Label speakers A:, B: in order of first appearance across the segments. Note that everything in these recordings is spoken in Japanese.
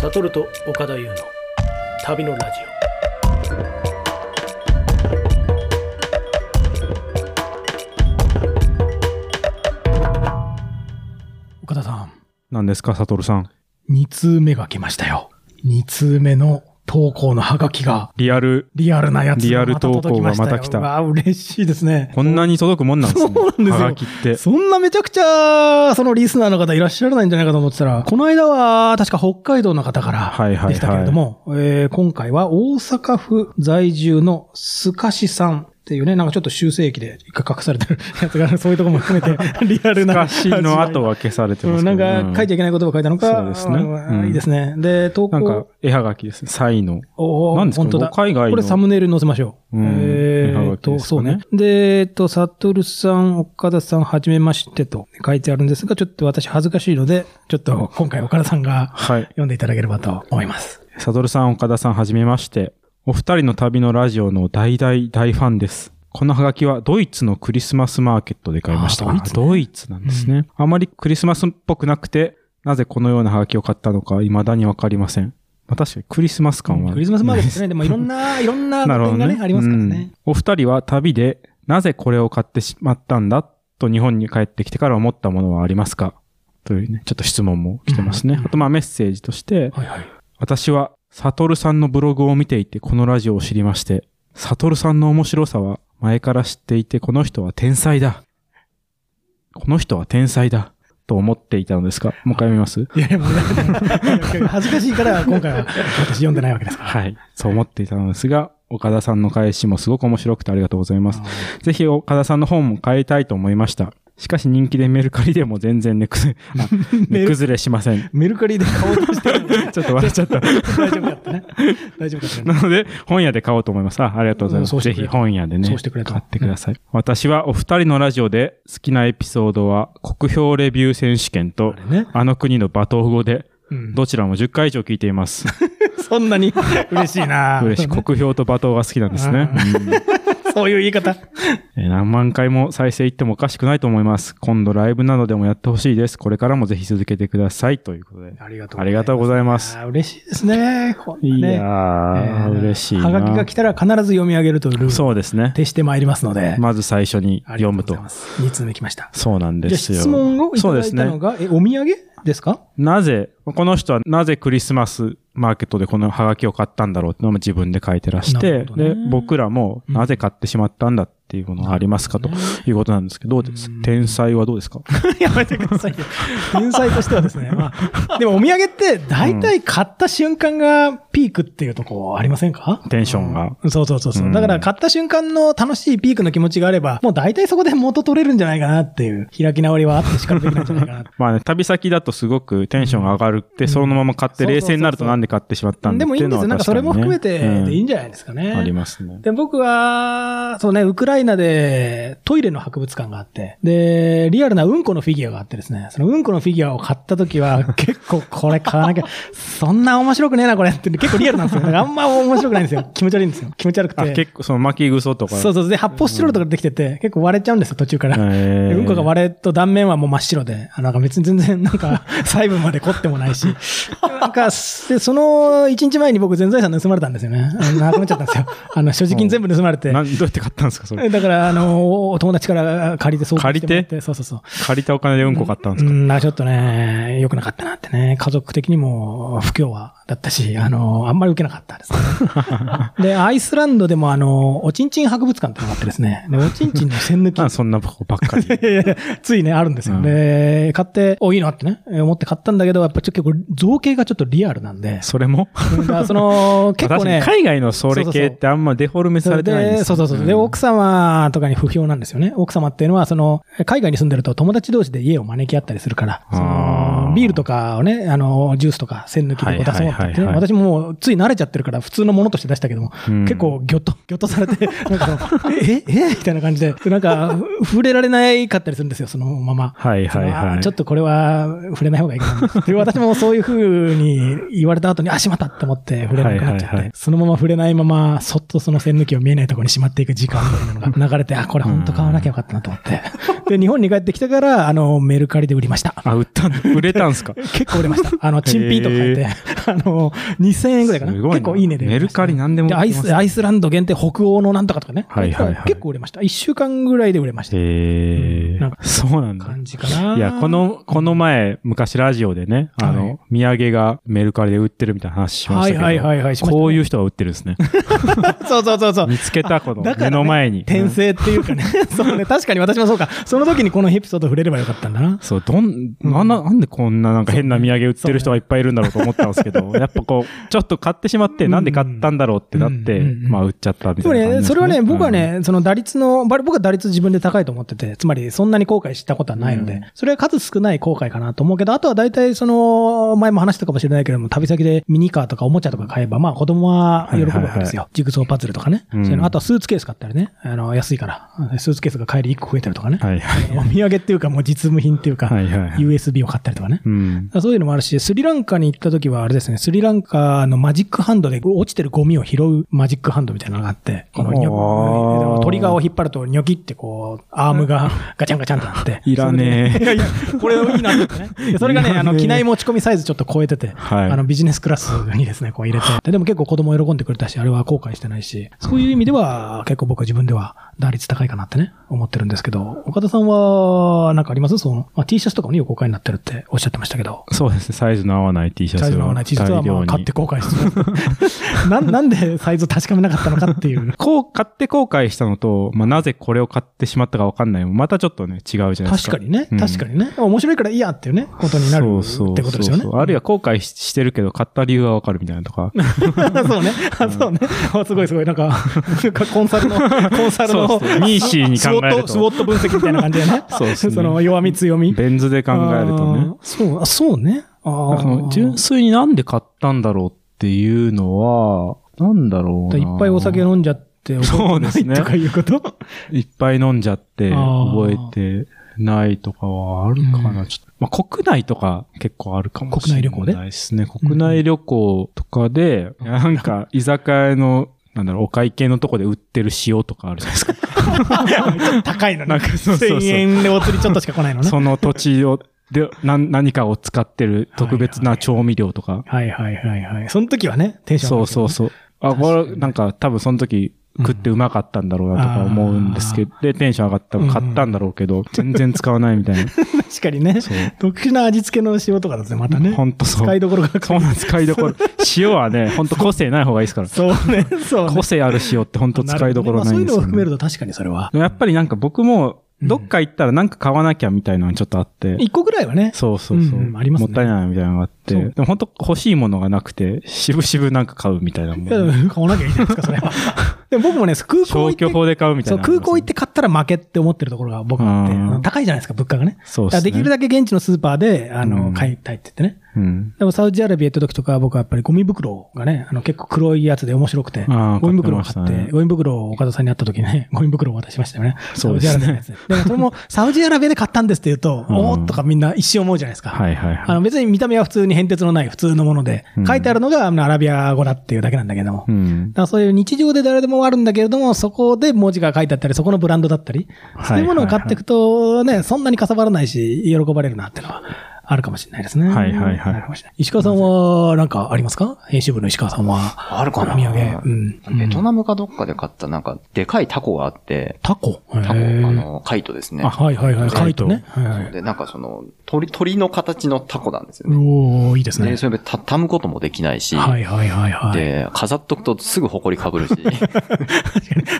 A: サトルと岡田優の旅のラジオ岡田さん
B: 何ですか、サトルさん。
A: 2通目が来ましたよ2通目の投稿のハガキが
B: リアル、
A: リアルなやつ
B: リアル
A: また届きましたよ
B: 投稿がまた来た
A: うわ嬉しいですね
B: こんなに届くもんなんですね。
A: そうなんですよ
B: はがきって。
A: そんなめちゃくちゃ、そのリスナーの方いらっしゃらないんじゃないかと思ってたら、この間は確か北海道の方か
B: はいはいは
A: らで
B: い
A: したけれども、えー今回は大阪府在住のすかしさん。っていうね、なんかちょっと修正液で一回隠されてるやつがある、そういうとこも含め て、リアルな。
B: 昔の後は消されてま
A: う
B: す
A: ん
B: け
A: な
B: ど。
A: んか書いちゃいけない言葉書いたのか、
B: そうですね
A: あ
B: うん
A: いいですね。で、投
B: なんか
A: 稿、
B: 絵はがきですね。サイの。
A: おー
B: なんですか
A: 本当だ。
B: 海外の
A: これサムネイル載せましょう。
B: うん
A: え
B: 絵は
A: ー、
B: が
A: っ
B: きですか
A: と、
B: ね
A: そうね。で、えーっと、サトルさん、岡田さん、はじめましてと書いてあるんですが、ちょっと私恥ずかしいので、ちょっと今回岡田さん が
B: はい。
A: 読んでいただければと思います。
B: サトルさん、岡田さん、はじめまして。お二人の旅のラジオの大大大ファンです。このハガキはドイツのクリスマスマーケットで買いました。
A: あドイツね
B: ドイツなんですね、あまりクリスマスっぽくなくて、なぜこのようなハガキを買ったのか未だにわかりません。まあ確かにクリスマス感は。
A: クリスマスマーケットです ね。でもいろんな、いろんな点がね、ありますからね。
B: うんお二人は旅で、なぜこれを買ってしまったんだと日本に帰ってきてから思ったものはありますかというね、ちょっと質問も来てますね。
A: うん
B: あとまあメッセージとして、
A: はいはい。
B: 私は、サトルさんのブログを見ていてこのラジオを知りまして、サトルさんの面白さは前から知っていてこの人は天才だ。この人は天才だ。と思っていたのですが、もう一回読みます
A: いやいや、もうだから 恥ずかしいから、今回は私読んでないわけですから。
B: はい。そう思っていたのですが、岡田さんの返しもすごく面白くてありがとうございます。ぜひ岡田さんの本も買いたいと思いました。しかし人気でメルカリでも全然値崩れ、 あ値崩れしません。
A: メルカリで買おうとしてるのに
B: ちょっと笑っちゃった。
A: 大丈夫だったね。大丈夫だったね。
B: なので、本屋で買おうと思います。あありがとうございま
A: うんそう
B: す。
A: して
B: ぜ
A: くれ
B: ひ本屋でね、
A: そうしてくれと
B: 買ってください。私はお二人のラジオで好きなエピソードは国評レビュー選手権と
A: あ、れね。
B: あの国の罵倒語で、
A: うん
B: どちらも10回以上聞いています。
A: そんなに嬉しいな
B: 嬉しい。国評と罵倒が好きなんですね。うん
A: そういう言い方。
B: えー何万回も再生いってもおかしくないと思います。今度ライブなどでもやってほしいです。これからもぜひ続けてください。ということで。
A: ありがとう
B: ありがとうございます。
A: あー嬉しいですね。こん
B: い
A: なね
B: やー、
A: えー
B: 嬉しいな。
A: はがきが来たら必ず読み上げるというルールを
B: そうですね。
A: 徹してまいりますので。
B: まず最初に読むと。
A: 2通目来ました。
B: そうなん
A: じゃあ
B: ですよ。
A: 質問をいただいた
B: そう
A: の
B: ですね。
A: が、え、お土産ですか
B: なぜ、この人はなぜクリスマスマーケットでこのハガキを買ったんだろうっていうのも自分で書いてらし
A: な
B: て、
A: るほどね
B: で、僕らもなぜ買ってしまったんだっていうものがありますかということなんですけど、どうです
A: うん
B: 天才はどうですか
A: やめてくださいよ。 天才としてはですね。まあ、でもお土産って大体買った瞬間がピークっていうとこありませんか
B: テンションが。
A: うんそうそうそうそうう。
B: ん
A: だから買った瞬間の楽しいピークの気持ちがあれば、もう大体そこで元取れるんじゃないかなっていう、開き直りはあってしかるべきなんじゃないかな。
B: まあね、旅先だとすごくテンションが上がるっ
A: う
B: て、
A: ん
B: そのまま買って
A: うん
B: 冷静になると なんで買ってしまったん
A: で
B: だって
A: もいい
B: いうん
A: で
B: の
A: す
B: は
A: よ。なんか
B: 確
A: それ
B: かに
A: も
B: ね。
A: 含めてでいいんじゃないですかね。
B: うんありますね。
A: で、僕は、そうね、ウクライナでトイレの博物館があって、で、リアルなうんこのフィギュアがあってですね、そのうんこのフィギュアを買った時 は、結構これ買わなきゃ、そんな面白くねえな、これって、結構リアルなんですよ。だからあんま面白くないんですよ。気持ち悪いんですよ。気持ち悪く
B: あ、
A: て。
B: 結構その巻き草とか。
A: そうそう。で、発泡スチロールとかできてて、結構割れちゃうんですよ、途中から。
B: へ
A: で
B: ー
A: うんこが割れると断面はもう真っ白で、あなんか別に全然なん か細部まで凝ってもないし。なんか、で、その1日前に僕全財産盗まれたんですよね。あのなくなっちゃったん ですよ。あの、所持金全部盗まれて。
B: なん どうやって買ったんですかそれ。
A: だから、あの、お友達から借りて送金してもらって
B: 借
A: そうそうそう。
B: 借りたお金でうんこ買ったんです
A: う
B: か、
A: ん、なんかちょっとね、良くなかったなってね、家族的にも不協和だったし、あの、あんまり受けなかった ですね。で、アイスランドでもあの、おちんちん博物館ってのがあってですね、でおちんちんの線抜き
B: なんでそんなことばっかり。
A: いやいやいや ついね、あるんですよ。
B: うん
A: で、買って、お、いいなってね、え思って買ったんだけど、やっぱちょっと結構造形がちょっとリアルなんで、
B: それも
A: だからその、 結構
B: 確か
A: ね、
B: に海外のそれ
A: そうそう
B: 系
A: そう
B: ってあんまデフォルメされてないんです
A: で
B: よ
A: そうそうそう。で、奥様とかに不評なんですよね。奥様っていうのは、その、海外に住んでると友達同士で家を招き合ったりするから、そ
B: あ
A: の
B: ー
A: ビールとかをね、あの、ジュースとか、栓抜きでこう出そうって言ってね
B: はいはいはいはい
A: 私ももう、つい慣れちゃってるから、普通のものとして出したけども、
B: うん
A: 結構、ぎょっと、 ぎょっとされて、なんかその、 え、え、えみたいな感じで、なんか、触れられないかったりするんですよ、そのまま。
B: はいはい
A: あ
B: は
A: ー
B: い。
A: ちょっとこれは触れない方がいいかな。で私もそういう風に言われた後に、あ、しまったって思って触れなくなっちゃって、
B: はいはいはい
A: そのまま触れないまま、そっとその線抜きを見えないところにしまっていく時間みたいなのが流れて、あ、これ本当買わなきゃよかったなと思って。で、日本に帰ってきたから、あの、メルカリで売りました。
B: あ、売ったんだ売れたたん すか
A: 結構売れました。あの、チンピーとか言って、あの、2000円ぐらいかな。
B: すごいな
A: 結構いいねで売
B: メ
A: れ
B: ル
A: ました。
B: カリ何でも
A: で
B: 売っ
A: ア
B: て
A: イ
B: ますね
A: ス、アイスランド限定北欧のなんとかとかね。
B: はいはいはい
A: 結構売れました。1週間ぐらいで売れました。
B: へ
A: うんなん
B: ー
A: か
B: そうなんだ。
A: 感じかな。
B: いや、こ、の、この前、昔ラジオでね、あの、土産がメルカリで売ってるみたいな話しま
A: は
B: した
A: い
B: けど、
A: はいはいはい。しましたね
B: こういう人が売ってるんで すね。
A: そうそうそうそう。
B: 見つけた、この、
A: だからね
B: 目の前に。
A: 転生っていうかね。 そうね。確かに私もそうか。その時にこのエピソード触れればよかったんだな。
B: そう、どん、なんな、なんでこんななんか変な土産売ってる人がいっぱいいるんだろうと思ったんです けど、やっぱこう、ちょっと買ってしまって、
A: うん
B: なんで買ったんだろうってなって、
A: うん
B: まあ売っちゃったみ
A: で
B: たい
A: も
B: な感じ
A: ね、
B: です
A: それはね、僕は、ね、その打率の、ば僕は打率自分で高いと思ってて、つまりそんなに後悔したことはないの
B: うん
A: で、それは数少ない後悔かなと思うけど、あとは大体その、前も話したかもしれないけども、旅先でミニカーとかおもちゃとか買えば、まあ子供は喜ぶわけですよ。ジグソーパズルとかね。
B: うん
A: そういうのあとはスーツケース買ったらね、あの、安いから、スーツケースが帰り1個増えたりとかね。
B: はいはい。
A: お土産っていうかもう実務品っていうか、
B: はいはいはい
A: USB を買ったりとかね。
B: うん。
A: そういうのもあるし、スリランカに行った時はあれですね、スリランカのマジックハンドで落ちてるゴミを拾うマジックハンドみたいなのがあって、このニョ
B: あー
A: トリガーを引っ張るとニョキってこう、アーム がガチャンガチャンってなって。
B: いらねえ
A: それでいやいや、これいいなってね。でそれがね、
B: いら
A: あ
B: ねえ
A: の、機内持ち込みサイズちょっと超えてて、
B: はい
A: あの、ビジネスクラスにですね、こう入れて。ででも結構子供喜んでくれたし、あれは後悔してないし、そういう意味では結構僕は自分では打率高いかなってね、思ってるんですけど、岡田さんはなんかありますその、まあ、T シャツとかもね、お買いになってるっておっしゃってましたけど。
B: そうですね、サイズの合わない T シャツ
A: サイズの合わない T シャツはまあ買って後悔してるなんなんでサイズを確かめなかったのかっていう。
B: こう、買って後悔したのと、まあ、なぜこれを買ってしまったかわかんない。またちょっとね、違うじゃないですか。
A: 確かにね、
B: うん
A: 確かにね。面白いからいいやっていうね、ことになるってことですよね。
B: あるいは後悔ししてるけど、買った理由はわかるみたいなとか。
A: そうね。あそうね。あすごいすごい。なんか、なんかコンサルの、コンサルの、
B: そうですねミーシーに考えると
A: スウォットスウォット分析みたいな感じでね。
B: そうですね
A: その弱み強み。
B: ベン図で考えるとね。
A: あー。そう、あそうね。あ
B: なんかその
A: あ。
B: 純粋になんで買ったんだろうっていうのは、なんだろうな。
A: いっぱいお酒飲んじゃって、
B: そ
A: 覚
B: うで
A: えて
B: す
A: な
B: ね
A: いとかいうこと
B: いっぱい飲んじゃって、
A: あー
B: 覚えてないとかはあるかな。
A: うん
B: ちょっとまあ、国内とか結構あるかもしれない。
A: 国内旅行で
B: ですね。国内旅行とかで、
A: うん
B: なんか居酒屋の、なんだろう、お会計のとこで売ってる塩とかあるじゃないです か。
A: 高いのね
B: なんかそうそうそう
A: 1000円でお釣りちょっとしか来ないのね。
B: その土地を、で、なん、何かを使ってる特別な調味料とか。
A: はいはいはいはい。その時はね、テンション上
B: そ
A: が
B: う
A: るけど
B: そ
A: ね
B: うそう。あ、
A: 確か
B: こ
A: に
B: れ、なんか、多分その時、食ってうまかったんだろうなとか思うんですけど、で、テンション上がったから買ったんだろうけど、全然使わないみた いな。
A: 確かにね
B: そう。
A: 特殊な味付けの塩とかだとね、またね。
B: ほんとそう。
A: 使いどころが
B: そうなんです、使いどころ。塩はね、ほんと個性ない方がいいですから。
A: そうね、そうね
B: 個。性ある塩ってほんと使いどころないん
A: なるほどねまあそういう
B: です
A: のを
B: よ、
A: 含め
B: ね。
A: ると確かにそれは。
B: やっぱりなんか僕も、どっか行ったらなんか買わなきゃみたいなのがちょっとあって。
A: 一個ぐらいはね。
B: そうそうそう。
A: うんうんありますね
B: もったいないみたいなのがあって。
A: そう
B: でも本当欲しいものがなくて、しぶしぶなんか買うみたいなもん。
A: いやでも買わなきゃいいじゃないですか、それ は。でも僕もね、空港行
B: 消
A: って
B: 去。法で買うみた
A: そ、
B: いうな。
A: 空港行っ。て買ったら負けって思ってるところが僕はあって
B: うん、
A: 高いじゃないですか、物価がね。
B: そう
A: だ
B: で
A: か
B: す
A: らで
B: ね。
A: きるだけ現地のスーパーで、あ
B: うん
A: の、買いたいって言ってね。
B: うん。
A: でもサウジアラビア行った時とか僕はやっぱりゴミ袋がね、あの結構黒いやつで面白くて
B: あー、
A: ゴミ袋を買
B: 買っ
A: って
B: ました
A: て
B: ね、
A: ゴミ袋を岡田さんに会った時に ね、ゴミ袋を渡しましたよね。
B: そうです
A: サウジアラ
B: ね
A: ビアのやつ。でもそれ もサウジアラビアで買ったんですって言うと、
B: うん
A: おーっとかみんな一瞬思うじゃないですか。
B: はいはい
A: あ
B: はい。
A: の別に見た目は普通に変哲のない普通のもので
B: うん、
A: 書いてあるのがあのアラビア語だっていうだけなんだけども。
B: うん
A: だ。からそういう日常で誰でもあるんだけれども、そこで文字が書いてあったり、そこのブランドだったり、
B: はい
A: そういうものを買っていくとね、そんなにかさばらないし、喜ばれるなってのはあるかもしれないですね。
B: はいはいはい
A: あるかもしれない石川さんは、なんかありますか編集部の石川さんは。
C: あるかな
A: お土産。うん。
C: ベト
A: ム
C: ナムかどっかで買ったなんか、でかいタコがあって、
A: タコタ
C: タコ、あの、カイトですね。
A: はいはいはい。カイトね。はいは
C: そう
A: い。
C: で、なんかその、鳥、鳥の形のタコなんですよね。
A: おー、いいですね
C: で、。それ畳むこともできないし、
A: はいはいはいはい。
C: で、飾っとくとすぐ埃か ぶるし、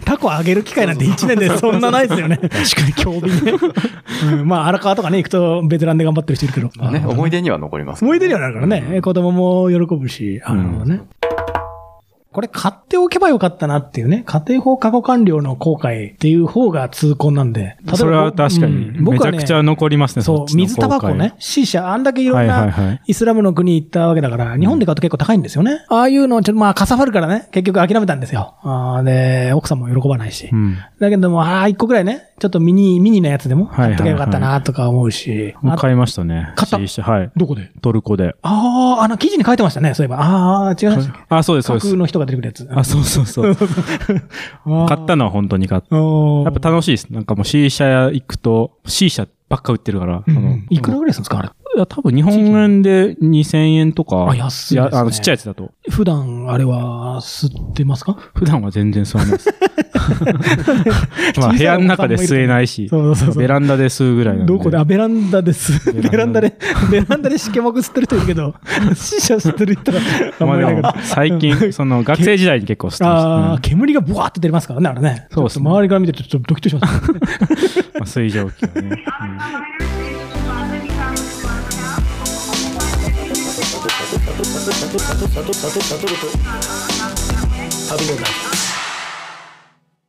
A: タコあげる機会なんて1年でそんなないですよね。確かに、興味ね。 うんまあ、荒川とかね、行くとベテランで頑張ってる人いるけど。
C: ね、思い出には残ります、
A: 思い出にはなるからね。子供も喜ぶし。あなるほどね。これ買っておけばよかったなっていうね。家庭法過去完了の後悔っていう方が痛恨なんで。例えば
B: それは確かに、
A: うん
B: め
A: 僕
B: ち
A: は
B: ゃ
A: ね
B: くちゃ残りますね、
A: そ
B: っ
A: う、
B: ちの
A: 水タバコ
B: 後悔
A: ね。。シーシャ、あんだけいろん
B: はいはいは
A: ないイスラムの国行ったわけだから、日本で買うと結構高いんですよね。ああいうの、ちょっとまあ、かさばるからね、結局諦めたんですよ。あーで、奥さんも喜ばないし
B: う。ん。
A: だけども、ああ、一個ぐらいね、ちょっとミニ、ミニのやつでも、
B: はいはい
A: 買
B: はい
A: っとけばよかったなとか思うし。
B: もう
A: あ
B: 買いましたね。
A: 買った
B: シーシャはい。
A: どこで
B: トルコで。
A: ああ、あの、記事に書いてましたね、そういえば。ああ、違いましたっけ
B: あ、そうです、そう
A: 架
B: で
A: 空
B: す。
A: の人が出てくるやつ。
B: あ、そうそ うそう。買っ
A: の
B: たのは本当に買った。
A: や
B: やっぱ楽しいです。なんかもう C 社行くと、C 社ばっか売ってるから、
A: うん
B: あ
A: う
B: の
A: んいくらぐらいするんですかあれ。
B: いや、多分日本円で2000円とか。
A: あ安いですね
B: やあの、ちっちゃいやつだと。
A: 普段、あれは、吸ってますか
B: 普段は全然吸わな いです。まあ、部屋の中で吸えないし、
A: そうそうそう
B: ベランダで吸うぐらいなんで。
A: どこであ、ベランダです。ベ
B: ベ
A: ラ
B: ラ
A: ン
B: ン
A: ダ
B: ダ
A: で、ベランダでしけもく吸ってる人いるけ ど、死者吸ってる人はあんま
B: まあ
A: り
B: で
A: ないけど。
B: も、最 近、その学生時代に結構吸って
A: あ
B: ま
A: あ、煙がブワーって出ますからね、あれね。
B: そうです
A: ち
B: ね
A: ょっと周りから見てるとちょっとドキッとしますね。
B: したね。まあ、水蒸気はね。うん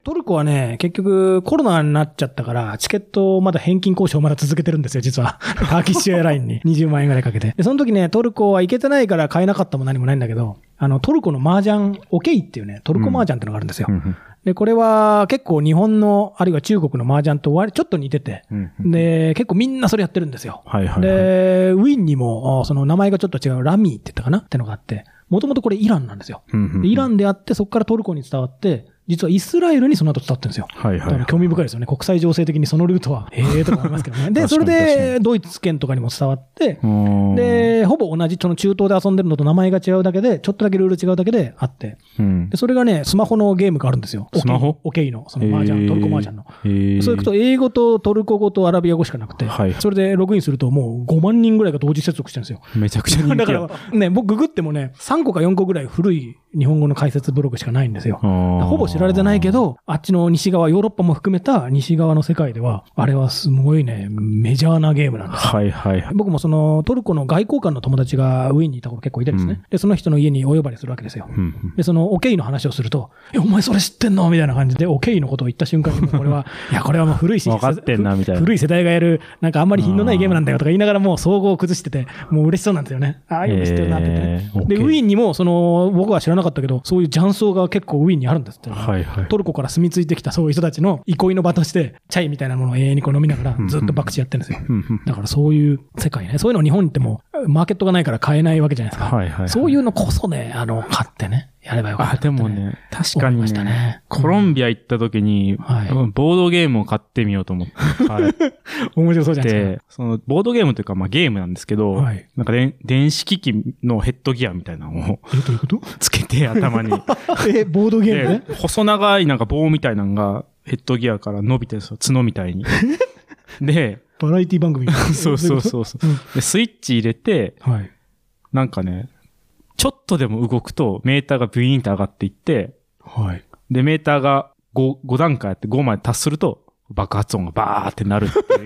A: トルコはね、結局コロナになっちゃったから、チケットをまだ返金交渉をまだ続けてるんですよ、実は。 ターキッシュエアライン に20万円ぐらいかけて。で、その時ね、トルコは行けてないから買えなかったも何もないんだけど、あの、トルコの麻雀、オケイっていうね、トルコ麻雀ってのがあるんですよ。
B: うん
A: で、これは結構日本の、あるいは中国の麻雀と割ちょっと似てて、
B: うんうん
A: で、結構みんなそれやってるんですよ。
B: はいはいはい。
A: で、ウィーンにも、あその名前がちょっと違う、ラミーって言ったかなってのがあって、もともとこれイランなんですよ。
B: うんうん
A: でイランであって、そこからトルコに伝わって、実はイスラエルにその後伝わってるんですよ。
B: はい
A: だ
B: は
A: か
B: い
A: ら興味深いですよね。国際情勢的にそのルート は、ええとか思いますけどね。で、それ
B: 確かに確か
A: で、ドイツ圏とかにも伝わって、
B: はい。で、
A: で、ほぼ同じ、その中東で遊んでるのと名前が違うだけで、ちょっとだけルール違うだけであって、
B: うん
A: で、それがね、スマホのゲームがあるんですよ。
B: スマホ
A: オケイの、その麻雀、トルコ麻雀の。
B: へー。
A: そういくと、英語とトルコ語とアラビア語しかなくて、
B: はい
A: それでログインすると、もう5万人ぐらいが同時接続してるんですよ。
B: めちゃくちゃ人
A: だ
B: 気
A: か
B: や
A: ら。、ね、僕ググってもね、3個か4個ぐらい古い日本語の解説ブログしかないんですよ。ほ
B: ほ
A: ぼ知られてないけ、ど、あっちの西側、ヨーロッパも含めた西側の世界では、あれはすごいね、メジャーなゲームなんです。
B: はいはいはい。
A: 僕もそのトルコの外交官の友達がウィーンにいた頃結構いてですね、
B: うん
A: で、その人の家にお呼ばれするわけですよ。
B: うんうん
A: で、その、オケイの話をすると、え、お前それ知ってんのみたいな感じで、オケイのことを言った瞬間に、もうこれ は、いや、これはもう古いし、
B: わかってんなみたいな
A: 古い世代がやる、なんかあんまり品のないゲームなんだよとか言いながら、もう総合を崩してて、もう嬉しそうなんですよね。ああいうの知ってるなって言ってね。
B: へー
A: で、
B: オケイ
A: ウィーンにも、その、僕は知らなかったけど、そういう雀荘が結構ウィーンにあるんですって。
B: はいはい。
A: トルコから住み着いてきたそういう人たちの憩いの場として、チャイみたいなものを永遠にこう飲みながら
B: う、ん
A: ずっと博打やってるんですよ。
B: うんうん
A: だからそういう世界ね。そういうの日本ってもう、マーケットがないから買えないわけじゃないですか。
B: はいはいはい。
A: そういうのこそね、あの、買ってね、やればよかった
B: あ、
A: なって
B: で
A: ね、
B: もね、確か
A: 思
B: に
A: いま
B: ね
A: したね
B: コロンビア行った時に、
A: はい
B: ボードゲームを買ってみようと 思って、買っ
A: 面白そうじゃないです
B: て、その、ボードゲームというか、まあゲームなんですけど、
A: はい
B: なんかでん電子機器のヘッドギアみたいなのを
A: か。え、どういうこと
B: つけて頭に。
A: え、ボード ゲーム
B: で
A: ね。、
B: 細長いなんか棒みたいなのがヘッドギアから伸びてるんですよ。角み たいに。で、
A: バラエティ番組。
B: そうそう
A: うい
B: そうそう
A: こと。
B: で、スイッチ入れて、
A: うん。はい。
B: なんかね、ちょっとでも動くとメーターがブイーンって上がっていって、
A: はい。
B: で、メーターが 5, 5段階あって5まで達すると爆発音がバーってなるってい う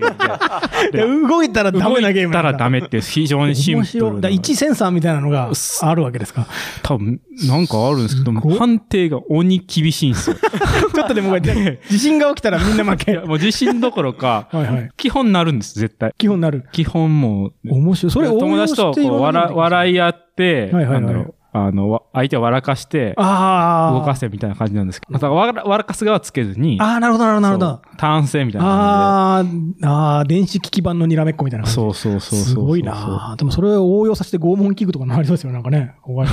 B: ので。で
A: 動いたらダメなゲーム
B: 動いたら
A: メ。
B: ダメっていう非常にシン
A: 面
B: プル
A: 白い。だ
B: な。
A: 1センサーみたいなのが
B: す
A: あるわけですか。
B: 多分、なんかあるんですけど、
A: すごい
B: 判定が鬼厳しいんです よ。
A: ちょっとでもこうやって、地震が起きたらみんな負
B: い
A: け。
B: やもう地震どころか、
A: はいはい。
B: 基本なるんです、絶対。
A: 基本なる。
B: 基本もう、
A: 面白い。それ
B: 友達とこう笑笑
A: い。
B: い合っ
A: は
B: て、
A: いはいはい
B: なんだろうあの、わ相手を笑かして、
A: ああ。
B: 動か。せみたいな感じなんですけど、また笑笑かす側はつけずに、
A: ああ、なるほど、なるほど、なるほど。
B: そうターン制みたいな感
A: あーあー、電子機器版のにらめっこみたいな
B: じ
A: 感
B: で。
A: じ。
B: そうそうそうそうそう。
A: すごいなでもそれを応用させて拷問器具とかになりそうですよ、なんか ね。怖い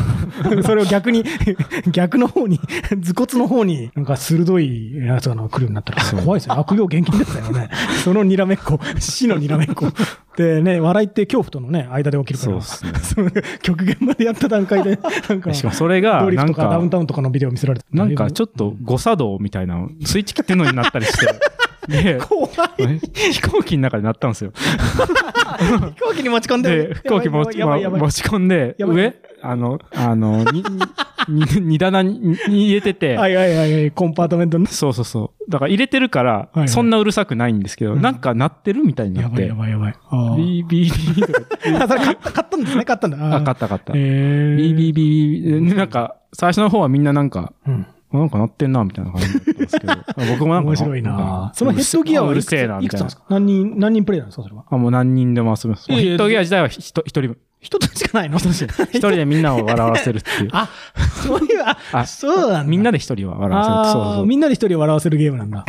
A: それを逆に、 逆の方に、 頭骨の方に、なんか鋭いやつが来るようになったら、
B: そう
A: 怖いですよ。悪用厳禁ですよね。そのにらめっこ、死のにらめっこ。でね、笑いって恐怖とのね、間で起きるか
B: そう
A: ら、
B: っすね。
A: の 極限までやった段階で、なん か、
B: しかもそれが、
A: ドリ
B: な
A: フ
B: ん
A: とかダウ
B: か
A: ン、タウンとかのビデオ見せられて
B: なんかち
A: ょっ
B: ょっと誤作動みたいなの、スイッチ切ってんのになったりして、で、
A: 怖い。
B: 飛行機の中で鳴ったんですよ。
A: 飛行機に持ち込んで
B: で、
A: る。
B: 飛行機持ち,、
A: や
B: ま
A: ば
B: あ、
A: いやばいやばい
B: 持ち込んで、
A: やばい
B: 上あの、あの、に、に、にに棚にに入れてて、
A: はいはいはいはい、コンパートメントの。
B: そうそうそう。だから入れてるか
A: いはい
B: ら、そんなうるさくないんですけど、
A: うん
B: なんか鳴ってるみたいにな
A: や
B: っ
A: ばい
B: て
A: や、ばいやばい。あー
B: ビービービーとか
A: あ、それ買った、買ったんですね、買ったんだ。
B: あ、
A: あー
B: 勝った勝った。
A: へー
B: ビービービービーでなんか、最初の方はみんななんか、
A: うん。
B: なんか鳴ってんな、みたいな感じだったんですけど、僕もなんか、
A: 面白い
B: ん
A: な
B: か
A: そのヘッドギアは
B: う
A: い
B: る
A: くつ
B: せえな、
A: い
B: み
A: くつ
B: たい
A: なん
B: な
A: です。か何人、何人プレイなんですか、それは。
B: あ、もう何人でも遊べます。
A: い
B: ヘ
A: やいや
B: ッドギア自体はひと一人分。一
A: 一つしかないの
B: 一 人で一人でみんなを笑わせるっていう。
A: あ、そういう、あ、
B: あ
A: そうなんだ。
B: みんなで一人は笑わせる。そう
A: あ
B: そ
A: ー
B: う。
A: みんなで一人を笑わせるゲームなん だ。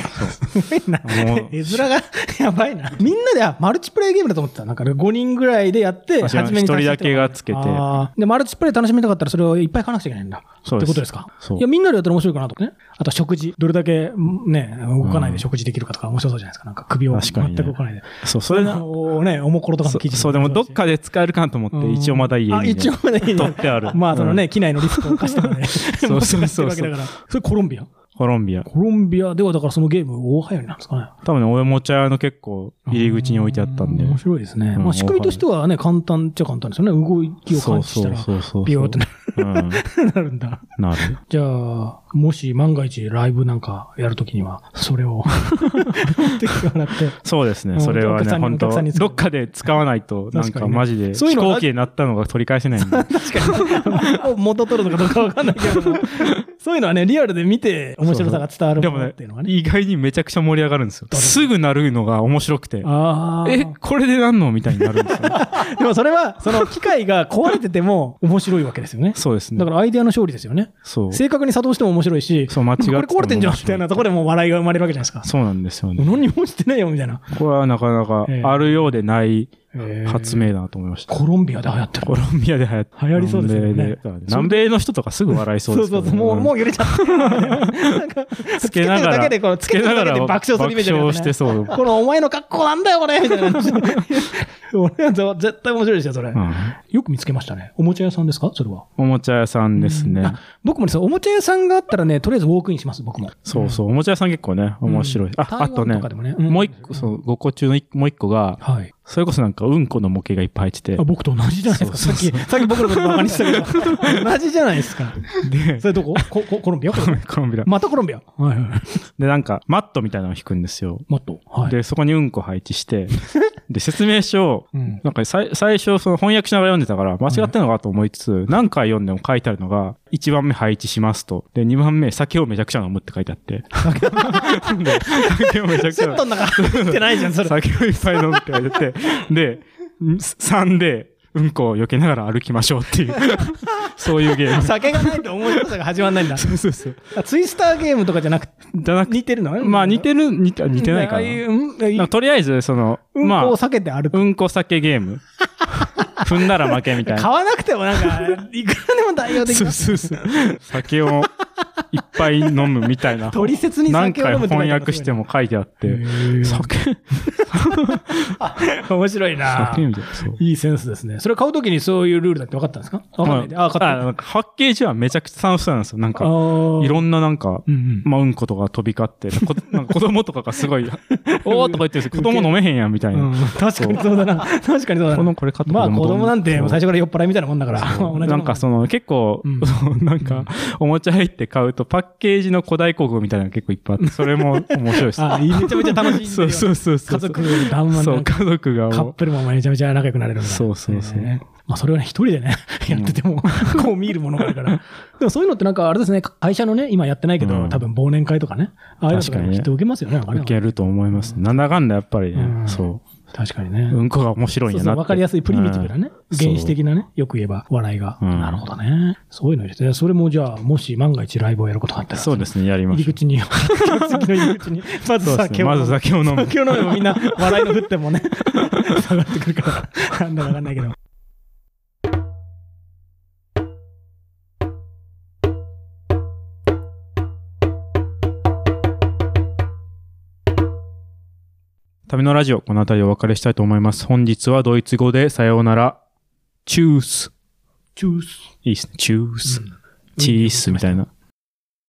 A: 変な
B: もう
A: 絵面がやばいな。みんなで、あ、マルチプレイゲームだと思ってた。なんか5人ぐらいでやって、
B: あ違う
A: 初めに
B: 一人だけがつけて
A: あーで、マルチプレイ楽しみたかったらそれをいっぱい買わなくちゃいけないんだ。
B: そうで
A: っ
B: す
A: てことですか。
B: そう
A: いや、みんなでやったら面白いかなとかね。あとは食事。どれだけ、んね、動かないで
B: うん
A: 食事できるかとか面白そうじゃないですか。なんか首を
B: 確か
A: 全
B: にね
A: く動かないで。
B: そう、それ
A: あ
B: な、
A: のね、おもころとかの
B: そ
A: 記事
B: そう、でもどっかで使えるかなと思って、一応まだ家にね、
A: あ、一応まだ家に
B: 取ってある
A: まあ、その
B: う
A: ね、機内のリスクを犯してたね。
B: そうそうそ う
A: 持って帰ってるわけだから。それコロンビア
B: コロンビア。
A: コロンビアではだからそのゲーム大流行りなんですかね。
B: 多分ね、おもちゃ屋の結構入り口に置いてあったんで。
A: う面白いですね。
B: うん
A: まあ仕組みとしてはね、簡単っちゃ簡単ですよね。動きを
B: そ
A: 感
B: う
A: 知し
B: そ
A: た
B: う
A: ら、
B: そうそう。
A: ビヨーってな
B: うん。
A: なるんだ。
B: なる。
A: じゃあ、もし万が一ライブなんかやるときには、それを持ってきてもらって。
B: そうです
A: うん
B: ね。それは
A: お客さ
B: ね、
A: んにお
B: 本
A: 客さんに
B: 当
A: 使う
B: どっかで使わないと、なん
A: 確か
B: か
A: にね
B: マジで、
A: そういう
B: 飛
A: のが
B: 行機になったのが取り返せないんで。
A: 確 かに。元取るのかどうかわかんないけども、そういうのはね、リアルで見て面白さが伝わる
B: で
A: も
B: も
A: のっ
B: ね
A: ていうのが、ね。
B: 意外にめちゃくちゃ盛り上がるんですよ。
A: だろう
B: すぐなるのが面白くて。
A: ああ。
B: え、これでなんのみたいになるんで すよ。
A: でもそれは、その機械が壊れてても面白いわけですよ ね。
B: そうですね。
A: だからアイデアの勝利ですよね。
B: そう。
A: 正確に作動しても面白いし、
B: そう間違って
A: こ
B: も
A: れ
B: 面白
A: 壊
B: い
A: れてんじゃんみたいなところでもう笑いが生まれるわけじゃないですか。
B: そうなんですよね。
A: 何にもしてないよみたいな。
B: これはなかなか
A: ええ
B: あるようでない発
A: 明。
B: 明だなと思いました。
A: コロンビアで流行ってる
B: コ。ロンビアで流行って
A: 流行りそうですよね
B: 南米で南米の人とかすぐ笑い
A: そ
B: そ
A: う
B: で
A: う
B: すか
A: そう
B: らね
A: そう、もう、もう揺れちゃった。なんかつけてるだけで、この、つけてるだけで爆笑するイメージあり
B: 爆
A: ま
B: 笑
A: す
B: し
A: ね
B: て。そう。
A: このお前の格好なんだよ、これみたいな感 じで。俺は絶対面白いですよ、それ
B: う。ん
A: よく見つけましたね。おもちゃ屋さんですかそれは。
B: おもちゃ屋さんですね。
A: あ僕もですよおもちゃ屋さんがあったらね、とりあえずウォークインします、僕も。
B: そうそう。おもちゃ屋さん結構ね、面白い。あ、
A: 台湾
B: あとね
A: とかでもね、うん
B: もう一個、その5個中の一もう一個が、
A: はい。
B: それこそなんかうんこの模型がいっぱい入ってて
A: あ、僕と同じじゃないですか。さ
B: そう
A: っ
B: そう
A: き、さっき僕のことバカにしてたけど。 同じじゃないですか。
B: で
A: それどこコココロンビアコロンビア
B: コロンビラ。
A: またコロンビア。はいはい。
B: で、なんかマットみたいなのを引くんですよ。
A: もっと。はい。
B: で、そこにうんこ配 置して、で、説明書を、
A: うん、
B: なんか最最初その翻訳しながら読んでたから間違ってんのかと思いつつ、何回読んでも書いてあるのが、1番目配置しますと。で、2番目酒をめちゃくちゃ飲むって書いて あって。で酒をめちゃくち
A: セ
B: ゃ
A: ットの中入ってないじゃん、それ。
B: 酒をいっぱい飲むって書いてあって。で、3で、うんこを避けながら歩きましょ うっていう、そういうゲーム。
A: 酒がないと面白さが始まんないんだ。
B: そうそうそう。
A: あツイスターゲームとかじゃなくて、
B: じゃなく
A: 似てるの
B: まあ似
A: る。
B: てる、似て似てないか
A: ああ
B: な。
A: いううんああい
B: な
A: うん
B: かとりあえず、その、
A: うん
B: ま
A: こ
B: あ
A: を、避けて歩く。
B: うんこ酒ゲーム。 踏んだら負けみたいな。
A: 買わなくてもなんか、いくらでも代用でき
B: そう
A: ます。
B: そうそう。酒をいっぱい飲むみたいな。
A: 取説に
B: 何
A: 酒を
B: 回
A: 飲むって書い
B: 翻
A: てある
B: 訳しても書いてあって。酒、
A: 面白いな
B: 酒みたいな。そう。
A: いいセンスですね。それ買うときにそういうルールだって分かったんですか分かんないで。
B: ま
A: あ、買った
B: あ。なんかパッケージはめちゃくちゃ楽しそうなんですよ。なんか、い
A: ん
B: ろんななんか
A: う、ん
B: まあ、うんことか飛び交って、こなんか子供とかが すごい、おーとか言ってるんですよ。子供飲めへんやんみたい
A: うん
B: な。。
A: 確かに そうだな。確かにそうだ
B: こ
A: な
B: の。これ買った
A: まあ子供なんて
B: そ
A: も
B: う
A: う最初から酔っ払いみたいなもんだから。 同じ
B: なんかその結構、
A: うん
B: なんかおもちゃ入って買うとパッケージの古代工具みたいなのが結構いっぱいあって、それも面白いで す。
A: あ、いいめちゃめちゃ楽しいんで。
B: そうそうそうそう。
A: 家族の団
B: そ
A: 満
B: う、
A: な
B: 家族が
A: カ
B: も
A: ッ
B: う
A: プルもめちゃめちゃ仲良くなれるんだ
B: そうそうそう
A: ねまあそれはね、一人でね、 やってても、 こう見るものがある から。でもそういうのってなんかあれですね、会社のね、今やってないけ
B: う
A: ど、
B: ん
A: 多分忘年会とかね、ああいうのとか
B: 確かにね
A: きっと受けますよね、なんかね
B: 受けると思います。なんだかんだやっぱり
A: う
B: ね、
A: ん
B: そ
A: 確かにね
B: う。。うんこが面白いん
A: そうそ
B: やなっ
A: う、
B: て。
A: わかりやすいプリミティブなね。
B: うん
A: 原始的なね。よく言えば、笑いが。
B: うん
A: なるほどね。そういうの入れて、それもじゃあ、もし万が一ライブをやることがあった
B: うん。
A: ら。
B: そうですね、やりま
A: 入り
B: しょう。
A: 口 に、次の入り口に、まず
B: そうです
A: 酒
B: ね。
A: を
B: ま
A: 飲む。
B: ず酒を飲む。
A: 酒を飲めばみんな、笑いの振ってもね、 下がってくるから、なんだかわかんないけど。
B: 旅のラジオ、この辺りでお別れしたいと思います。本日はドイツ語でさようなら。チュース。
A: チュース。
B: いいですね。チュース
A: うん。
B: チースみたいな。